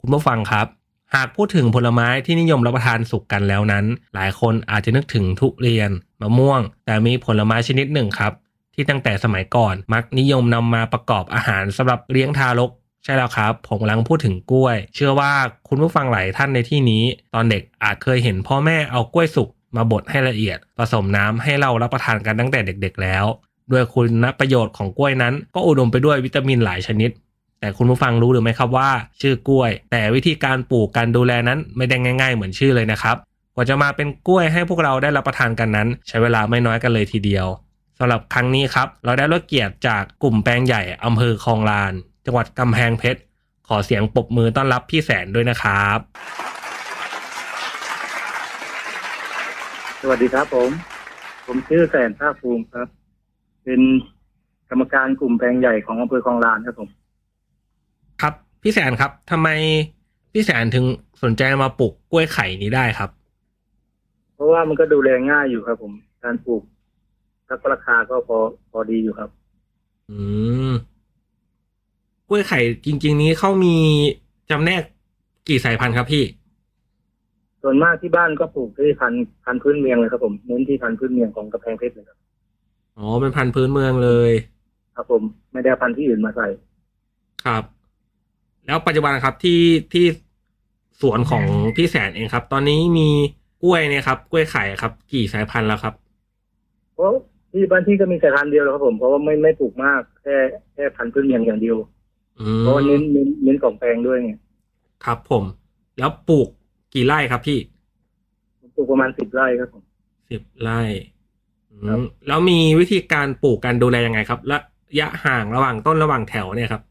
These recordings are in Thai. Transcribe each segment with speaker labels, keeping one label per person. Speaker 1: คุณผู้ฟังครับ หากพูดถึงผลไม้ที่นิยมรับประทานสุกกันแล้วนั้น หลายคนอาจจะนึกถึงทุเรียน มะม่วง แต่มีผลไม้ชนิดหนึ่งครับ ที่ตั้งแต่สมัยก่อนมักนิยมนำมาประกอบอาหารสำหรับเลี้ยงทารก ใช่แล้วครับ ผมกำลังพูดถึงกล้วย เชื่อว่าคุณผู้ฟังหลายท่านในที่นี้ ตอนเด็กอาจเคยเห็นพ่อแม่เอากล้วยสุกมาบดให้ละเอียด ผสมน้ำให้เรารับประทานกันตั้งแต่เด็ก ๆ แล้วด้วยคุณประโยชน์ของกล้วยนั้น ก็อุดมไปด้วยวิตามินหลายชนิด แต่คุณผู้ฟังรู้หรือไม่ครับว่า ชื่อกล้วย แต่วิธีการปลูกการดูแลนั้นไม่ได้ง่าย ๆ เหมือนชื่อเลยนะครับ กว่าจะมาเป็นกล้วยให้พวกเราได้รับประทานกันนั้น ใช้เวลาไม่น้อยกันเลยทีเดียวสำหรับครั้งนี้ครับ เราได้รับเกียรติจากกลุ่มแปลงใหญ่อำเภอคลองลาน จังหวัดกำแพงเพชรขอเสียงปรบมือต้อนรับพี่แสนด้วยนะครับ
Speaker 2: สวัสดีครับผม ผมชื่อแสนภาคภูมิครับ เป็นกรรมการกลุ่มแปลงใหญ่ของอำเภอคลองลานครับผม
Speaker 1: ครับพี่แสนครับทำไมพี่แสนถึงสนใจมาปลูกกล้วยไข่นี้ได้ครับ
Speaker 2: เพราะว่ามันก็ดูแลง่ายอยู่ครับผม การปลูกแล้วก็ราคาก็พอพอดีอยู่ครับ
Speaker 1: อืมกล้วยไข่จริง ๆ นี้เขามีจำแนกกี่สายพันธุ์ครับพี่
Speaker 2: ส่วนมากที่บ้านก็ปลูกที่พันธุ์พันธุ์พื้นเมืองเลยครับผมเน้นที่พันธุ์พื้นเมืองของกระแพงเพชรเลยครับ
Speaker 1: อ๋อเป็นพันธุ์พื้นเมืองเลย
Speaker 2: ครับผมไม่ได้เอาพันธุ์ที่อื่นมาใส่
Speaker 1: ครับ แล้วปัจจุบันครับที่ที่สวนของพี่แสนเองครับ ตอนนี้มีกล้วยเนี่ยครับ กล้วยไข่ครับ กี่สายพันธุ์แล้วครับ
Speaker 2: เพราะที่บ้านที่ก็มีสายพันธุ์เดียวแล้วครับผมเพราะว่าไม่ไม่ปลูกมากแค่แค่พันธุ์พื้นเมืองอย่างเดียว
Speaker 1: อื
Speaker 2: เพราะว่าเน้น
Speaker 1: ม
Speaker 2: เน้นเน้นของแปลงด้วยไง
Speaker 1: ครับ ผม แล้วปลูกกี่ไร่ครับพี่
Speaker 2: ผมปลูกประมาณสิบไร่ครับผม
Speaker 1: สิบไร่อืม
Speaker 2: ครับ
Speaker 1: แล้วมีวิธีการปลูกการดูแลยังไงครับระยะห่างระหว่างต้นระหว่างแถวเนี่ยครับ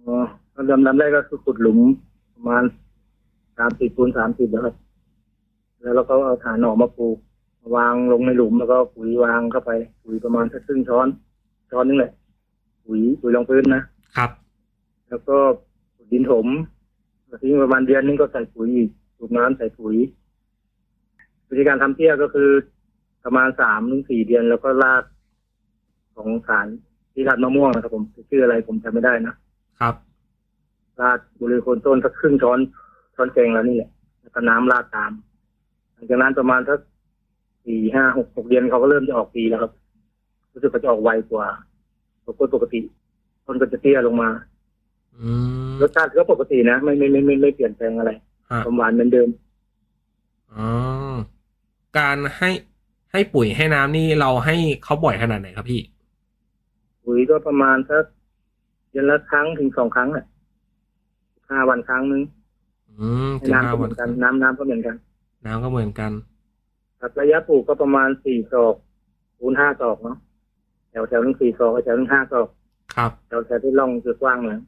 Speaker 2: อ๋อก็เริ่มลำแรกก็คือขุดหลุมประมาณสามสิบคูณสามสิบแล้วครับ แล้วเราก็เอาฐานหน่อมาปลูกวางลงในหลุมแล้วก็ปุ๋ยวางเข้าไป ปุ๋ยประมาณสักครึ่งช้อน ช้อนนึงแหละ ปุ๋ยปุ๋ยรองพื้นนะ
Speaker 1: ครับ
Speaker 2: แล้วก็ขุดดินถมทิ้งประมาณเดือนนึงก็ใส่ปุ๋ยอีกสูบน้ำใส่ปุ๋ย วิธีการทำเตี้ยก็คือ ประมาณสามถึงสี่เดือนแล้วก็รากของสารที่รัดมะม่วงนะครับผมชื่ออะไรผมจำไม่ได้นะ
Speaker 1: ครับ
Speaker 2: ราดบริโคนต้นสักครึ่งช้อนช้อนแกงแล้วนี่แหละแล้วก็น้ำราดตาม หลังจากนั้นประมาณสักสี่ห้าหกหกเดือนเขาก็เริ่มจะออกปีแล้วครับ รู้สึกว่าจะออกไวกว่าปกติปกติต้นก็จะเตี้ยลงมา
Speaker 1: อืม
Speaker 2: รสชาติก็ปกตินะไม่ไม่ไม่ไม่ไม่เปลี่ยนแปลงอะไร
Speaker 1: ฮะ
Speaker 2: ความหวานเหมือนเดิม
Speaker 1: อ๋อการให้ให้ปุ๋ยให้น้ำนี่เราให้เขาบ่อยขนาดไหนครับพี่
Speaker 2: ปุ๋ยก็ประมาณสักเดือนละครั้งถึงสองครั้งแหละห้าวันครั้งนึง
Speaker 1: อืม
Speaker 2: ให้
Speaker 1: ถึง
Speaker 2: น้ำ
Speaker 1: ห้า
Speaker 2: ก็เห
Speaker 1: วั
Speaker 2: มื
Speaker 1: น
Speaker 2: อนกันน้ำน้ำก็เหมือนกัน
Speaker 1: น้ำก็เหมือนกัน
Speaker 2: ครับระยะปลูกก็ประมาณสี่ศอกคูณห้าศอกเนาะแถวแถวนึงสี่ศอกแถวนึงห้าศอก
Speaker 1: ครับ
Speaker 2: เราจะได้ล่องคือกว้างหน่อย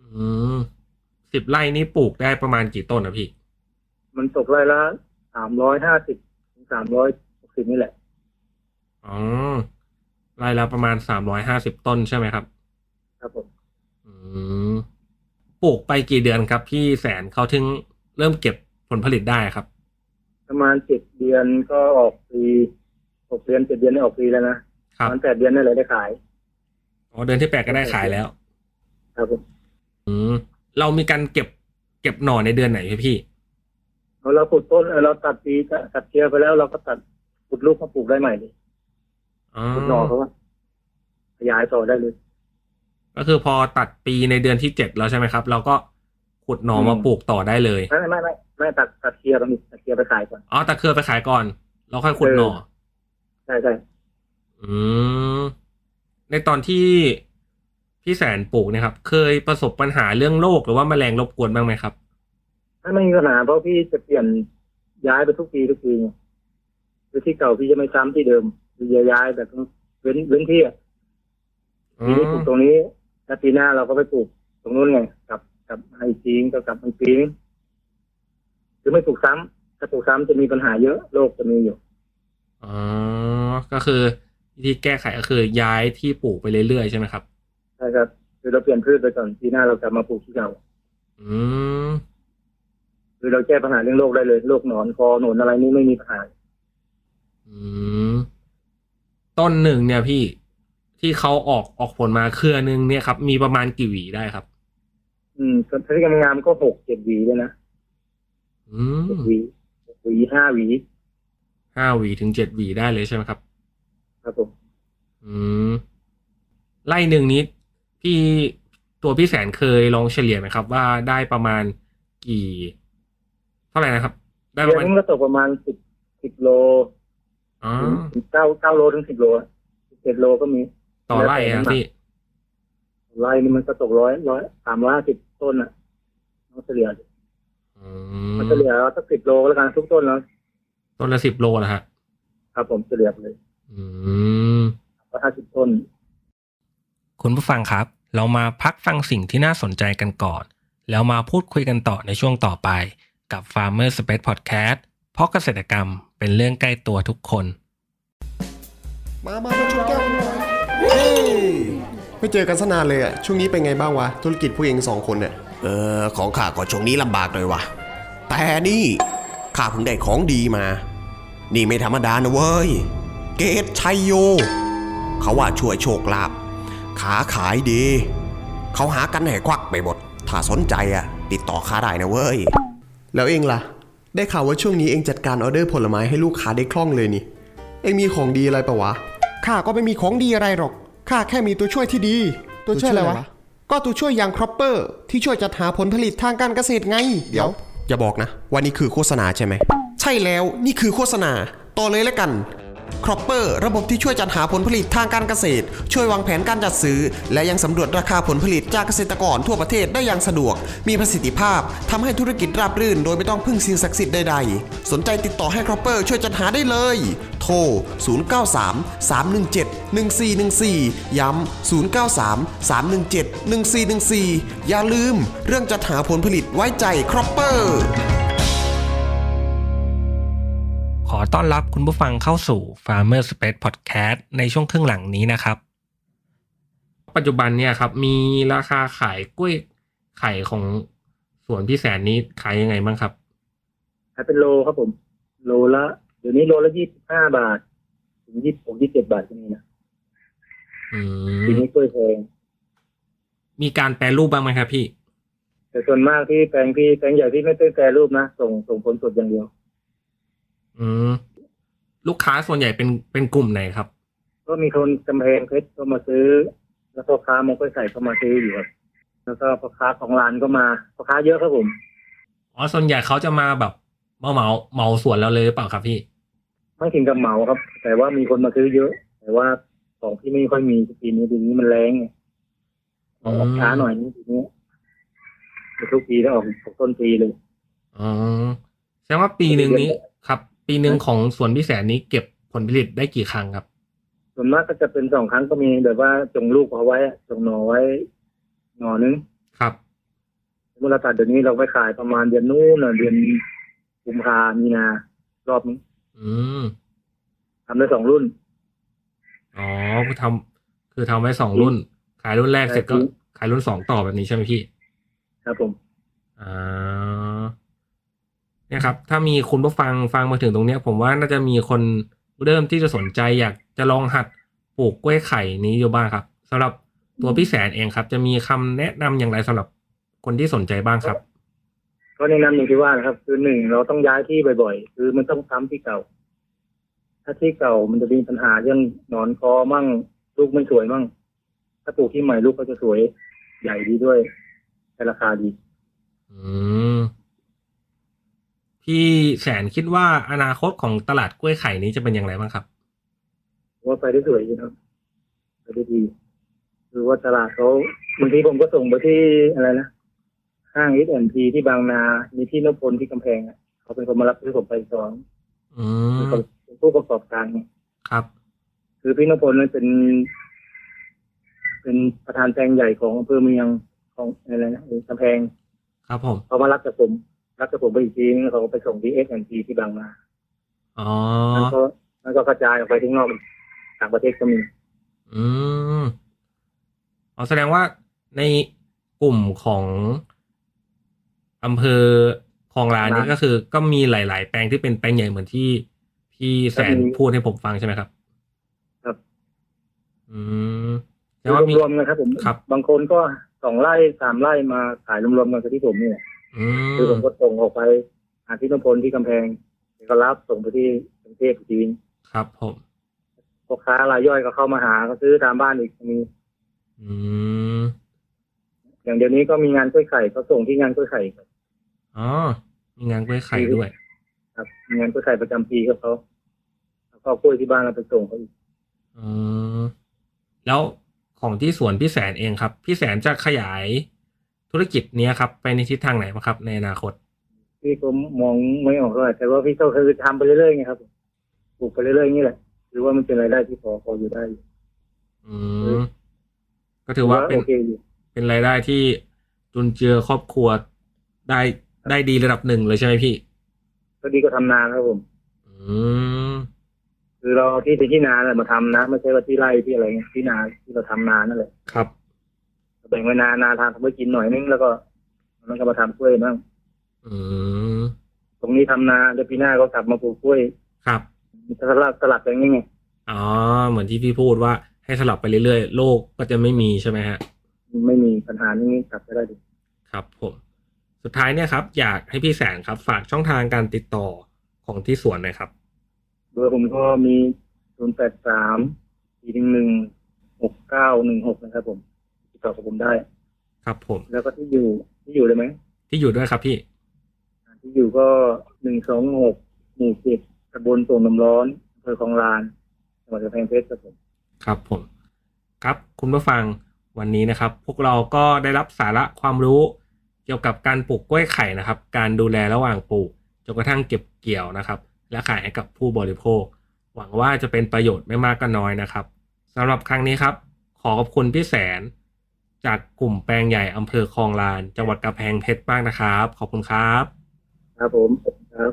Speaker 1: อืมสิบไร่นี่ปลูกได้ประมาณกี่ต้นนะพี่
Speaker 2: มันตกไร่ละสามร้อยห้าสิบถึงสามร้อยหกสิบนี่แหละ
Speaker 1: อ๋อไร่ละประมาณสามร้อยห้าสิบต้นใช่ไหมครับ
Speaker 2: ครับผม
Speaker 1: อืมปลูกไปกี่เดือนครับ พี่แสนเขาถึงเริ่มเก็บผลผลิตได้ครับ
Speaker 2: ประมาณเจ็ดเดือนก็ออกฟรีหกเดือนเจ็ดเดือนได้ออกฟรีแล้วนะ
Speaker 1: ค
Speaker 2: ป
Speaker 1: รับ
Speaker 2: ระมาณแปดเดือนนี่เลยได้ขาย
Speaker 1: อ๋อเดือนที่แปดก็ได้ขายแล้ว
Speaker 2: ครับผม
Speaker 1: อืมเรามีการเก็บเก็บหน่อในเดือนไหนพี่พี่
Speaker 2: เอาเราปลูกต้นเออเราตัดปีตัดเคลียร์ไปแล้วเราก็ตัดขุดลูกมาปลูกได้ใหม่เลย
Speaker 1: อ๋อ
Speaker 2: ขุดหน่อเขาว่าขยายต่อได้เลย
Speaker 1: ก็คือพอตัดปีในเดือนที่เจ็ดแล้วใช่ไหมครับ เราก็ขุดหน่อมา
Speaker 2: อืม
Speaker 1: ปลูกต่อได้เลย
Speaker 2: ไม่ไม่ไม่ไม่ตัดตัดเคลียร์ไปอีกตัดเคลียร์ไปขายก่อน
Speaker 1: อ๋อตัดเครือไปขายก่อน แล้วค่อยขุดหน่อ
Speaker 2: เออ ใช่ใช่
Speaker 1: อืม ในตอนที่ พี่แสนปลูกเนะครับ เคยประสบปัญหาเรื่องโรคหรือว่าแมลงรบกวนบ้างไหมครับ
Speaker 2: ถ้าไม่มีปัญหาเพราะพี่จะเปลี่ยนย้ายไปทุกปีทุกปีไงคือที่เก่าพี่จะไม่ซ้ำที่เดิมพี่จะย้ายแต่ต้องเว้นเว้นที่อะปีนี้ปลูกตรงนี้แล้วปีหน้าเราก็ไปปลูกตรงนู้นไงกลับกลับไอกทีก็กลับไอกปีนึงคือไม่ปลูกซ้ำถ้าปลูกซ้ำจะมีปัญหาเยอะโรคจะมีอยู่
Speaker 1: อ๋อ ก็คือวิธีแก้ไขก็คือย้ายที่ปลูกไปเรื่อยๆใช่ไหมครับ
Speaker 2: ใช่ครับคือเราเปลี่ยนพืชไปก่อนปีหน้าเรากลับมาปลูกที่เก่า
Speaker 1: อืม
Speaker 2: คือเราแก้ปัญหาเรื่องโรคได้เลยโรคหนอนคอหนอนอะไรนี่ไม่มีปัญหา
Speaker 1: อืม ต้นหนึ่งเนี่ยพี่ที่เขาออกออกผลมาเครือหนึ่งเนี่ยครับ มีประมาณกี่หวีได้ครับ
Speaker 2: อืมส่วนที่กำงามก็หกเจ็ดหวีเลยนะ
Speaker 1: อื
Speaker 2: หก
Speaker 1: ม
Speaker 2: หวีหกหวีห้าหวี
Speaker 1: ห้าหวีถึงเจ็ดหวีได้เลยใช่ไหมครับ
Speaker 2: ครับผม
Speaker 1: อืม ไล่หนึ่งนี้พี่ตัวพี่แสนเคยลองเฉลี่ยไหมครับ ว่าได้ประมาณกี่ เท่าไหร่นะครับ ได้ป
Speaker 2: เดื
Speaker 1: ระ
Speaker 2: อ
Speaker 1: มา
Speaker 2: น
Speaker 1: ณ
Speaker 2: นึงก็ตกประมาณสิบสิบโล
Speaker 1: อ๋อ
Speaker 2: ถึงเก้าเก้าโลถึงสิบโลสิบเจ็ดโลก็มี
Speaker 1: ต่อไล่ครับพี่
Speaker 2: ไร่นี่มันก็ตกร้อยร้อยสามร้อยห้าสิบต้นอ่ะน้องเฉลี่ย
Speaker 1: อื
Speaker 2: มันเฉลี่ยแล้วสักสิบโลก็แล้วกันทุกต้นแล้ว
Speaker 1: ต้นละสิบโลนะฮะ
Speaker 2: ครับผมเฉลี่ยไปเลย
Speaker 1: อืม
Speaker 2: ร้อยห้าสิบต้น
Speaker 1: คุณผู้ฟังครับ เรามาพักฟังสิ่งที่น่าสนใจกันก่อน แล้วมาพูดคุยกันต่อในช่วงต่อไป กับ Farmer Space Podcast เพราะเกษตรกรรมเป็นเรื่องใกล้ตัวทุกคน
Speaker 3: มามามาชนแก้วกันหน่อยเฮ้ยไม่เจอกันสนานเลยอะช่วงนี้เป็นไงบ้างวะ ธุรกิจผู้เองสองคนเนี่ย
Speaker 4: เออของข้าก็ช่วงนี้ลำบากหน่อยวะแต่นี่ข้าเพิ่งได้ของดีมา นี่ไม่ธรรมดานะเว้ย เกตชัยโย เขาว่าช่วยโชคลาภขาขายดี เขาหากันให้ควักไปหมด ถ้าสนใจอะติดต่อข้าได้นะเว้ย
Speaker 3: แล้วเองล่ะ ได้ข่าวว่าช่วงนี้เองจัดการออเดอร์ผลไม้ให้ลูกค้าได้คล่องเลยนี่ เองมีของดีอะไรปะวะ
Speaker 5: ข้าก็ไม่มีของดีอะไรหรอก ข้าแค่มีตัวช่วยที่ดี ตัวช่วยอะไร
Speaker 3: ตัวช่วยอะไร
Speaker 5: วะ
Speaker 3: วะ
Speaker 5: ก็ตัวช่วยอย่างครอปเปอร์ที่ช่วยจัดหาผลผลิตทางการเกษตรไง
Speaker 3: เดี๋ยว อย่าบอกนะว่านี่คือโฆษณาใช่ไหม
Speaker 5: ใช่แล้ว
Speaker 3: นี่คือโฆษณา
Speaker 5: ต่อเลยแล้วกัน
Speaker 3: ครอปเปอร์ระบบที่ช่วยจัดหาผลผลิตทางการเกษตร ช่วยวางแผนการจัดซื้อ และยังสำรวจราคาผลผลิตจากเกษตรกรทั่วประเทศได้อย่างสะดวก มีประสิทธิภาพทำให้ธุรกิจราบรื่นโดยไม่ต้องพึ่งสิ่งศักดิ์สิทธิ์ใดๆ สนใจติดต่อให้ครอปเปอร์ช่วยจัดหาได้เลย โทร 093 317 1414 ย้ำ 093 317 1414 อย่าลืม เรื่องจัดหาผลผลิตไว้ใจครอปเปอร์
Speaker 1: ขอต้อนรับคุณผู้ฟังเข้าสู่ Farmer Space Podcast ในช่วงครึ่งหลังนี้นะครับ ปัจจุบันเนี่ยครับ มีราคาขายกล้วยไข่ของสวนพี่แสนนี้ขายยังไงบ้างครับ
Speaker 2: ขายเป็นโลครับผม โลละเดี๋ยวนี้โลละยี่สิบห้าบาท ถึงยี่สิบหกยี่สิบเจ็ดบาทก็มีนะ
Speaker 1: อื
Speaker 2: ที
Speaker 1: ม
Speaker 2: นี้กล้วยแพง
Speaker 1: มีการแปรรูปบ้างไหมครับพี่
Speaker 2: แต่ส่วนมากที่แปลงพี่แปลงใหญ่ที่ไม่ได้แปรรูปนะส่งส่งผลสดอย่างเดียว
Speaker 1: อืมลูกค้าส่วนใหญ่เป็นเป็นกลุ่มไหนครับ
Speaker 2: ก็มีคนกำแพงเพชรก็มาซื้อ แล้วพ่อค้ามันก็ใส่เข้ามาซื้ออยู่ครับแล้วก็พ่อค้าของร้านก็มาพ่อค้าเยอะครับผม
Speaker 1: อ๋อส่วนใหญ่เขาจะมาแบบมาเหมาเหมาสวนเราเลยหรือเปล่าครับพี่
Speaker 2: ไม่ถึงกับเหมาครับ แต่ว่ามีคนมาซื้อเยอะ แต่ว่าของที่ไม่ค่อยมีปีนี้ปีนี้มันแรงไงออกช้าหน่อยนึงปีนี้แต่ทุกปีถ้าออกต้นปีเลย
Speaker 1: อ๋อแสดงว่าปีหนึ่งนี้ครับ ปีหนึ่งของสวนพี่แสนนี้เก็บผลผลิตได้กี่ครั้งครับ
Speaker 2: ส่วนมากก็จะเป็นสองครั้งก็มีแบบว่าจงลูกเอาไว้อะจงหนอไว้หนอนึง
Speaker 1: ครับ
Speaker 2: สมมติเราตัดเดี๋ยวนี้เราไปขายประมาณเดือนนู้นน่ะเดือนกุมภามีนารอบนี้
Speaker 1: อืม
Speaker 2: ทำได้สองรุ่น
Speaker 1: อ๋อคือทำคือทำไว้สองรุ่น ขายรุ่นแรกเสร็จก็
Speaker 2: ใช่
Speaker 1: ขายรุ่นสองต่อแบบนี้ใช่ไหมพี่
Speaker 2: ครับผม
Speaker 1: อ่าเนี่ยครับ ถ้ามีคุณผู้ฟังฟังมาถึงตรงเนี้ย ผมว่าน่าจะมีคนเริ่มที่จะสนใจอยากจะลองหัดปลูกกล้วยไข่นี้อยู่บ้างครับสำหรับตัวพี่แสนเองครับ จะมีคำแนะนำอย่างไรสำหรับคนที่สนใจบ้างครับ
Speaker 2: ก็แนะนำอย่างที่ว่านะครับ คือหนึ่งเราต้องย้ายที่บ่อยๆ คือมันต้องทำที่เก่า ถ้าที่เก่ามันจะมีปัญหาเรื่องหนอนคอมั่งลูกไม่สวยมั่ง ถ้าปลูกที่ใหม่ลูกก็จะสวยใหญ่ดีด้วยแต่ราคาดี
Speaker 1: อืม พี่แสนคิดว่าอนาคตของตลาดกล้วยไข่นี้จะเป็นอย่างไรบ้างครับ
Speaker 2: ว่าไปได้สวยดีนะครับไปได้ดี คือว่าตลาดเขาบางทีผมก็ส่งไปที่อะไรนะห้างอิทแอนพีที่บางนา มีที่นพพลที่กำแพงอะเขาเป็นคนมารับซื้อผมไปสอน
Speaker 1: อื
Speaker 2: เป็น
Speaker 1: ม
Speaker 2: คนเป็นผู้ประกอบการไง
Speaker 1: ครับ
Speaker 2: คือพี่นพพลนั้นเป็น เป็นประธานแปลงใหญ่ของอำเภอเมืองของอะไรนะกำแพง
Speaker 1: ครับผม
Speaker 2: เขามารับจากผมรับจากผมไปอีกทีนึงแล้วเขาก็ไปส่งที่เอสแอนพีที่บางนา
Speaker 1: อ๋อ
Speaker 2: แล้วก็แล้วก็กระจายออกไปที่นอกอีกต่างประเทศก็มี
Speaker 1: อืมอ๋อแสดงว่าในกลุ่มของอำเภอคลองลานนี่
Speaker 2: ลาน
Speaker 1: ก็คือ ก็มีหลาย ๆ แปลงที่เป็นแปลงใหญ่เหมือนที่พี่แสน
Speaker 2: ก็มี
Speaker 1: พูดให้ผมฟังใช่ไหมครับ
Speaker 2: ครับ
Speaker 1: อืมแต่ว่ามี
Speaker 2: รวมๆกันครับผม
Speaker 1: ครับ
Speaker 2: บางคนก็สองไร่สามไร่มาขายรวมๆกันกับที่ผมเนี่ย
Speaker 1: อื
Speaker 2: คือผม
Speaker 1: ม
Speaker 2: ก็ส่งออกไปหาที่นพพลที่กำแพงแล้วก็รับส่งไปที่กรุงเทพอีกที
Speaker 1: ครับผม
Speaker 2: พ่อค้ารายย่อยก็เข้ามาหาก็ซื้อตามบ้านอีกมี
Speaker 1: อืม
Speaker 2: อย่างเดี๋ยวนี้ก็มีงานกล้วยไข่ก็ส่งที่งานกล้วยไข่ครับ
Speaker 1: อ๋อมีงานกล้วยไข่ด้วย
Speaker 2: ครับมีงานกล้วยไข่ประจำปีกับเขาแล้วก็เอากล้วยที่บ้านเราไปส่งเขาอีก
Speaker 1: อืมแล้วของที่สวนพี่แสนเองครับ พี่แสนจะขยายธุรกิจเนี้ยครับ ไปในทิศทางไหนบ้างครับ ในอนาคต
Speaker 2: พี่ก็มองไม่ออกเท่าไหร่แต่ว่าพี่ก็คือทำไปเรื่อยๆไงครับปลูกไปเรื่อยๆอย่างนี้แหละหรือว่ามันเป็นรายได้ที่พอพออยู่ได้อยู่
Speaker 1: อืมก็ถือว่าเป็น
Speaker 2: โอเคอยู่
Speaker 1: เป็นรายได้ที่จุนเจือครอบครัวได้ได้ดีระดับหนึ่งเลยใช่ไหมพี่
Speaker 2: ก็ดีก็ทำนาครับผม
Speaker 1: อืม
Speaker 2: คือเราที่เป็นที่นาเนี่ยมาทำนะ ไม่ใช่ว่าที่ไร่ที่อะไรเงี้ยที่นาที่เราทำนานั่นแหละ
Speaker 1: ครับ
Speaker 2: แบ่งไว้นานาทำไว้กินหน่อยนึงแล้วก็มันก็มาทำกล้วยบ้าง
Speaker 1: อืม
Speaker 2: ตรงนี้ทำนาเดี๋ยวปีหน้าก็กลับมาปลูกกล้วย
Speaker 1: ครับ
Speaker 2: สลับสลับอย่างนี้ไง
Speaker 1: อ๋อเหมือนที่พี่พูดว่าให้สลับไปเรื่อยๆโลกก็จะไม่มีใช่ไหมฮะ
Speaker 2: ไม่มีปัญหานี้กลับไปได้ดี
Speaker 1: ครับผมสุดท้ายเนี่ยครับ อยากให้พี่แสนครับ ฝากช่องทางการติดต่อของที่สวนหน่อยครับ
Speaker 2: เบอร์ผมก็มี 0 8 3 4 1 1 6 9 1 6 นะครับผมติดต่อกับผมได้
Speaker 1: ครับผม
Speaker 2: แล้วก็ที่อยู่ที่อยู่เลยไหม
Speaker 1: ที่อยู่ด้วยครับพี่
Speaker 2: ที่อยู่ก็ 126 หมู่สิบตำบลโป่งน้ำร้อนอำเภอคลองลานจังหวัดกำแพงเพชรครับผ
Speaker 1: ครับผม
Speaker 2: ม
Speaker 1: ครับคุณผู้ฟังวันนี้นะครับ พวกเราก็ได้รับสาระความรู้เกี่ยวกับการปลูกกล้วยไข่นะครับ การดูแลระหว่างปลูกจนกระทั่งเก็บเกี่ยวนะครับ และขายให้กับผู้บริโภค หวังว่าจะเป็นประโยชน์ไม่มากก็น้อยนะครับสำหรับครั้งนี้ครับ ขอขอบคุณพี่แสน จากกลุ่มแปลงใหญ่อำเภอคลองลาน จังหวัดกำแพงเพชรบ้างนะครับ ขอบคุณครับ
Speaker 2: ครับผมครับ